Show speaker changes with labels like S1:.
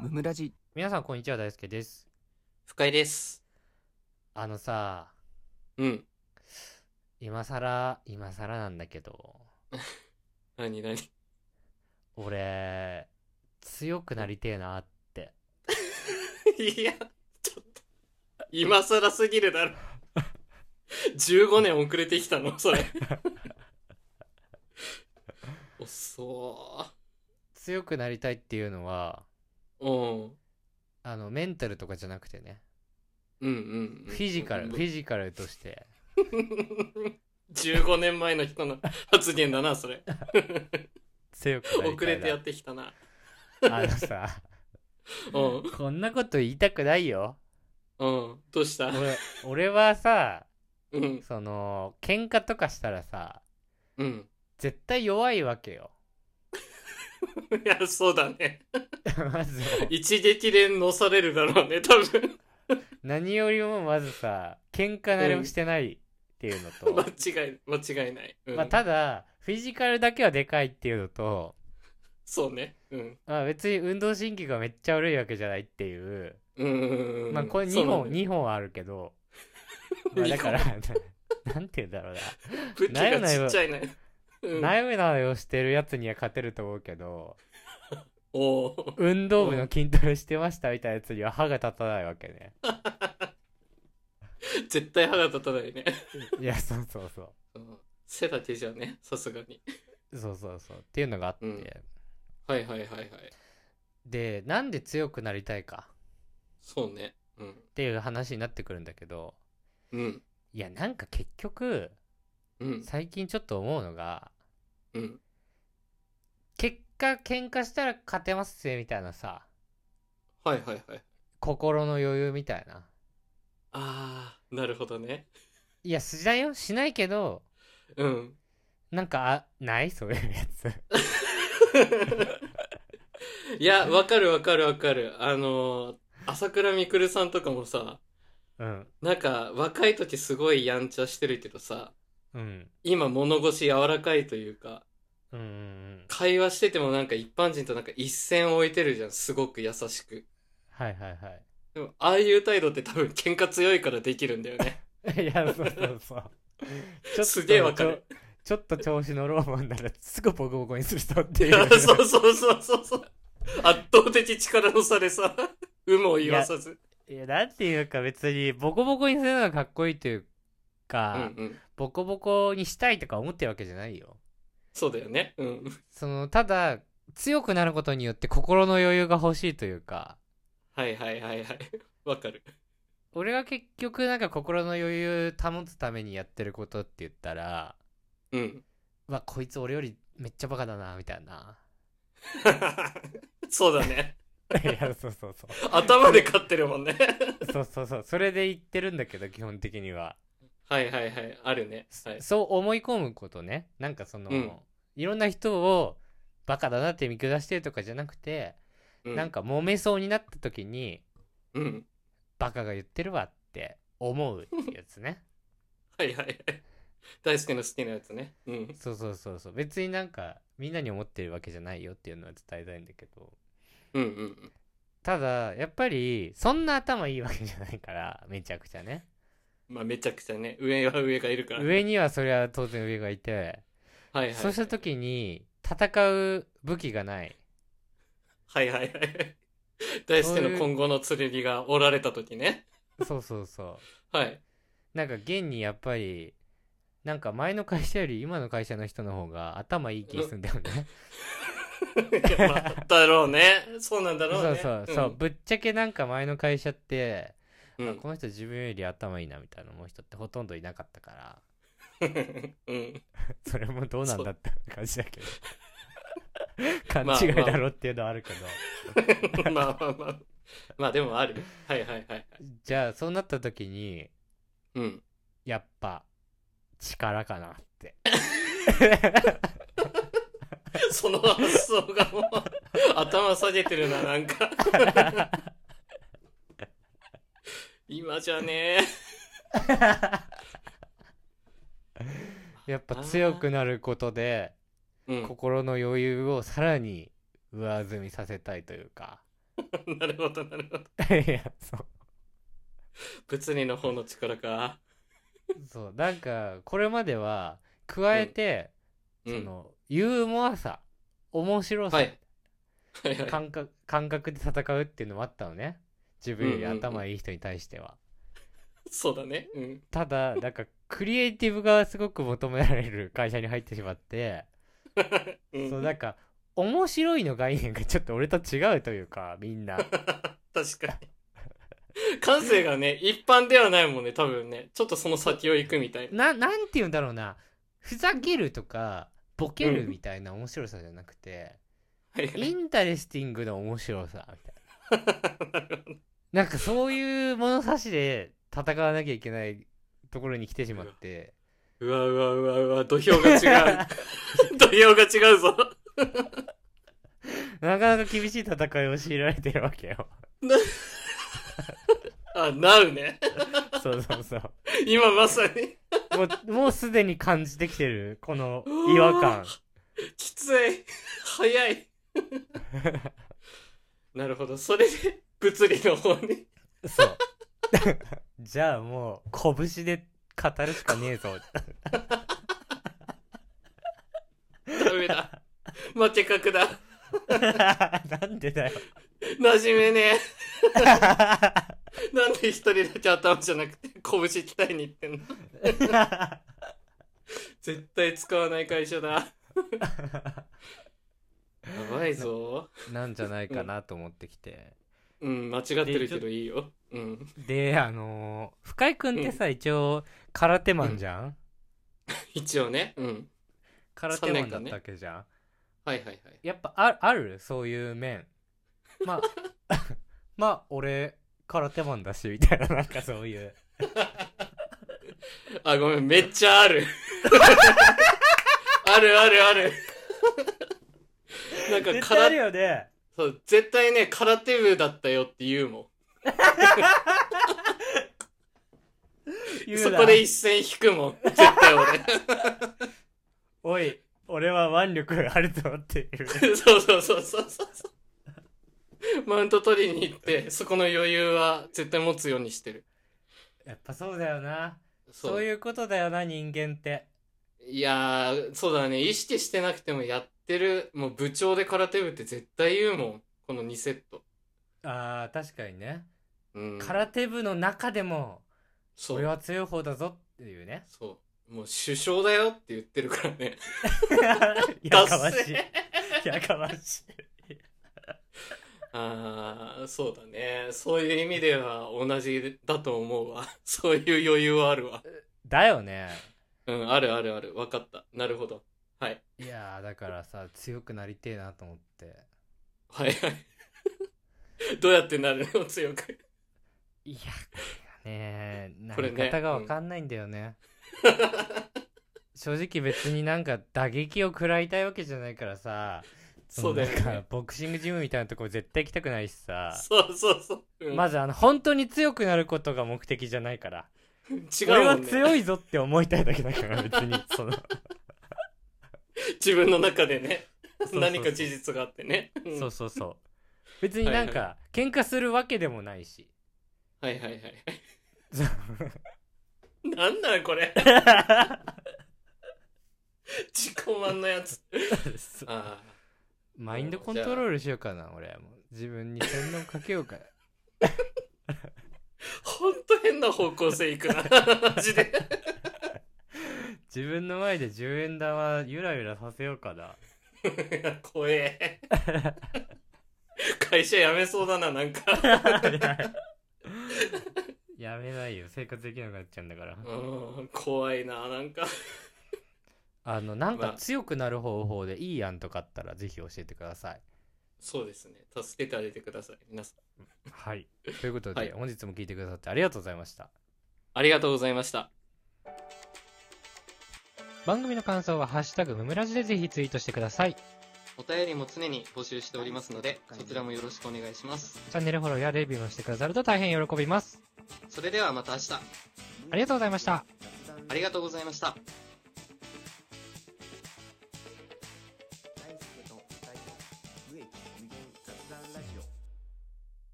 S1: ムムラジ
S2: 皆さんこんにちは大輔です
S3: 深井です。
S2: あのさ
S3: うん。
S2: 今さら今さらなんだけど
S3: 何何
S2: 俺強くなりてえなって
S3: いや、ちょっと、今更すぎるだろ。15年遅れてきたのそれ。遅
S2: 強くなりたいっていうのは
S3: ー。うん。
S2: あのメンタルとかじゃなくてね
S3: うんうんうん。
S2: フィジカル
S3: うん
S2: フ ィジカルとして
S3: 15年前の人の発言だな、それ。
S2: 強くなりたいな
S3: 遅れてやってきたな。
S2: あのさ
S3: うん。
S2: こんなこと言いたくないよ
S3: うん。どうした
S2: 俺俺はさ
S3: うん。
S2: その喧嘩とかしたらさ
S3: うん。
S2: 絶対弱いわけよ
S3: いや、そうだね。
S2: まず
S3: 一撃で乗されるだろうね、多分。
S2: 何よりもまずさ喧嘩慣れをしてないっていうのと、
S3: 間違い、間違いない。うん。
S2: まあ、ただフィジカルだけはでかいっていうのと、
S3: そうね。うん。
S2: まあ、別に運動神経がめっちゃ悪いわけじゃないっていう、
S3: うん
S2: まあこれ
S3: そ
S2: 2
S3: うなん
S2: 本
S3: だよ
S2: 二本あるけ ど、まあ、だから なんて言うんだろう
S3: 武器がちっちゃいね。う
S2: な、
S3: ん
S2: なよなよしてるやつには勝てると思うけど
S3: おお。
S2: 運動部の筋トレしてましたみたいなやつには歯が立たないわけね
S3: 絶対歯が立たないね。
S2: いやそうそうそう
S3: うん背だけじゃね、さすがに。
S2: そうそうそうっていうのがあって、
S3: うんはいはいはいはい。
S2: でなんで強くなりたいか
S3: そうね。うん
S2: っ。ていう話になってくるんだけど
S3: うん。
S2: いやなんか結局
S3: うん。
S2: 最近ちょっと思うのが
S3: うん。
S2: 結果喧嘩したら勝てますぜみたいなさ
S3: はいはいはい。
S2: 心の余裕みたいな
S3: あー、なるほどね。
S2: いやしないよしないけど
S3: うん。
S2: なんかあないそういうやつ
S3: いや、わかるわかるわかる。あのー、朝倉未来さんとかもさ、
S2: うん
S3: なんか若い時すごいやんちゃしてるけどさ、
S2: うん
S3: 今物腰柔らかいというか、
S2: うんうんうん
S3: 会話しててもなんか一般人となんか一線を置いてるじゃん、すごく優しく。
S2: はいはい
S3: でも、ああいう態度って多分喧嘩強いからできるんだよね。
S2: はい いやそうそうそうちょっと
S3: すげえわかる
S2: ちょちょっと調子乗ろうもんならすぐボコボコにする人ってい
S3: いや
S2: う
S3: そうそうそうそうそう。圧倒的力の差でさ、 有無を言わさず。
S2: いやなんていうか別にボコボコにするのがかっこいいという
S3: うん
S2: か、
S3: うん。
S2: ボコボコにしたいとか思ってるわけじゃないよ
S3: そうだよね。うん。
S2: そのただ強くなることによって心の余裕が欲しいというか
S3: はいはいはいはい。わかる。
S2: 俺が結局なんか心の余裕保つためにやってることって言ったら
S3: うん。
S2: うわこいつ俺よりめっちゃバカだなみたいな
S3: そうだね。
S2: いやそうそうそ
S3: 頭で勝ってるもんね。
S2: うそうそうそうそれで言ってるんだけど基本的には、
S3: はいはいはい。あるね。はい。
S2: そう思い込むことねなんかその、
S3: うん
S2: いろんな人をバカだなって見下してるとかじゃなくて、
S3: う
S2: なん。か揉めそうになった時に
S3: うん。
S2: バカが言ってるわって思うってやつね
S3: はいはいはい。大好きな好きなやつね。うん。
S2: そうそうそうそう別になんかみんなに思ってるわけじゃないよっていうのは伝えたいんだけど
S3: うんうんうん。
S2: ただやっぱりそんな頭いいわけじゃないからめちゃくちゃね
S3: まあめちゃくちゃね。上は上がいるから。
S2: 上にはそりゃ当然上がいて
S3: はいはい。
S2: そうした時に戦う武器がない
S3: はいはいはい。 大輔の今後の剣がおられた時ね。
S2: そうそうそう
S3: はい。
S2: なんか現にやっぱりなんか前の会社より今の会社の人の方が頭いい気すんだよね
S3: いやまあだろうね。そうなんだろう
S2: そう
S3: ね。
S2: そうそう、ぶっちゃけなんか前の会社って
S3: うん。う
S2: あ
S3: ん。
S2: この人自分より頭いいなみたいな思う人ってほとんどいなかったから
S3: うん。
S2: それもどうなんだって感じだけど
S3: ま
S2: 勘
S3: あ
S2: 違いだろっていうのはあるけど、
S3: まあまあまあ。まあでもある。はいはいはい。
S2: じゃあそうなった時に
S3: うん。
S2: やっぱ力かなって
S3: その発想がもう、頭下げてるな、なんか。 今じゃね
S2: やっぱ強くなることで
S3: うん。
S2: 心の余裕をさらに上積みさせたいというか
S3: なるほど、なるほど。
S2: いやそう
S3: 物理の方の力か。
S2: そうなんかこれまでは加えて、
S3: う
S2: そ
S3: ん。
S2: のユーモアさ面白さ、
S3: はいはいはい。
S2: 感覚感覚で戦うっていうのもあったのね自分より
S3: うんうんうん
S2: 頭いい人に対しては、
S3: そうだね。うん。
S2: ただなんかクリエイティブがすごく求められる会社に入ってしまって、
S3: うん
S2: そうなんか面白いの概念がちょっと俺と違うというかみんな
S3: 確かに。感性がね、一般ではないもんね、多分ね。ちょっとその先を行くみたいな。
S2: ななんて言うんだろうなふざけるとかボケ
S3: う
S2: る
S3: ん
S2: みたいな面白さじゃなくて、
S3: はいは
S2: イ
S3: い。
S2: ンタレスティングの面白さみたいななんかそういう物差しで戦わなきゃいけないところに来てしまって
S3: うわうわうわうわ、土俵が違う。土俵が違うぞ。
S2: なかなか厳しい戦いを強いられてるわけよ
S3: あ、なうね。
S2: そうそうそう
S3: 今まさに。
S2: もうもうすでに感じてきてるこの違和感
S3: きつい。早い。なるほど。それで、物理の方に。
S2: そう じゃあもう拳で語るしかねえ ぞ
S3: ダメだ。負け格だ。
S2: なんでだよ
S3: 馴染めねえ。なんで一人だけ頭じゃなくて、拳鍛えに行ってんの絶対使わない 会社だ。やばいぞ。
S2: なんじゃないかなと思ってきて
S3: うん、間違ってるけどいいよ。うん。
S2: であのー深井君ってさ、一応空手マンじゃん、
S3: 一応ね。うん。
S2: 空手マンだったわけじゃん、
S3: はいはいはい。
S2: やっぱああるそういう面まあ まあ俺空手マンだしみたいななんかそういう
S3: あ、ごめん、めっちゃ ある。あるあるある。なん
S2: 絶
S3: か
S2: 対ある
S3: 空
S2: よね
S3: そう、絶対ね、空手部だったよって言うもん。
S2: 言う
S3: そ
S2: な
S3: こで一線引くもん。絶対
S2: おい俺は腕力があると思っている
S3: 俺。 そうそうそうそうそうそう。マウント取りに行って、そこの余裕は絶対持つようにしてる。
S2: やっぱそうだよな
S3: そ
S2: そう
S3: う
S2: いうことだよな人間って
S3: いやー、そうだね。意識してなくてもやってる、もう部長で空手部って絶対言うもん。この2セット。
S2: あー確かにね、
S3: うん。
S2: 空手部の中でも
S3: そう
S2: 俺は強い方だぞっていう ね
S3: そう。もう首相だよって言ってるからね。
S2: やかまし
S3: ダッセ
S2: いやかましい
S3: ああ、そうだね。そういう意味では同じだと思うわ。 そういう余裕はあるわ。
S2: だよね
S3: うん、あるあるある。わかった。なるほど。はい。
S2: いやーだからさ強くなりてえなと思って
S3: はい はい。どうやってなるの強く。
S2: いやねえな
S3: これ
S2: り
S3: ね
S2: 方がわかんないんだよね正直別になんか打撃を食らいたいわけじゃないからさ
S3: そうだよ
S2: なんか
S3: ね。
S2: ボクシングジムみたいなとこ絶対行きたくないしさ
S3: そうそうそう。うん
S2: まずあの本当に強くなることが目的じゃないから
S3: 違
S2: 俺
S3: うも
S2: は
S3: んね。
S2: 強いぞって思いたいだけだから別 にその
S3: 自分の中でね
S2: う。そう
S3: 何か事実があってね。うん
S2: そうそうそう別になん
S3: は
S2: か喧嘩するわけでもないし
S3: はいはいはい。
S2: そう
S3: なんなんこれ。自己満のやつ。
S2: そう
S3: あ
S2: マインドコントロールしようかな俺もう自分に洗脳かけようかな
S3: あ、ほんと変な方向性いくな。マジで。
S2: 自分の前で10円玉ゆらゆらさせようかない
S3: や怖え会社辞めそうだななんか
S2: やめないよ生活できなくなっちゃうんだから、
S3: うん怖いななんか
S2: あのなん
S3: ま
S2: か
S3: あ
S2: 強くなる方法でいい案とかあったらぜひ教えてください
S3: そうですね助けてあげてください皆さん
S2: はいということで、
S3: はい
S2: 本日も聞いてくださってありがとうございました
S3: ありがとうございました
S2: 番組の感想は「ハッシュタグむむらじ」でぜひツイートしてくださいチ
S3: お便りも常に募集しておりますのでそちらもよろしくお願いします
S2: ャンネルフォローやレビューもしてくださると大変喜びます
S3: それではまた明日
S2: ありがとうございました
S3: ありがとうございました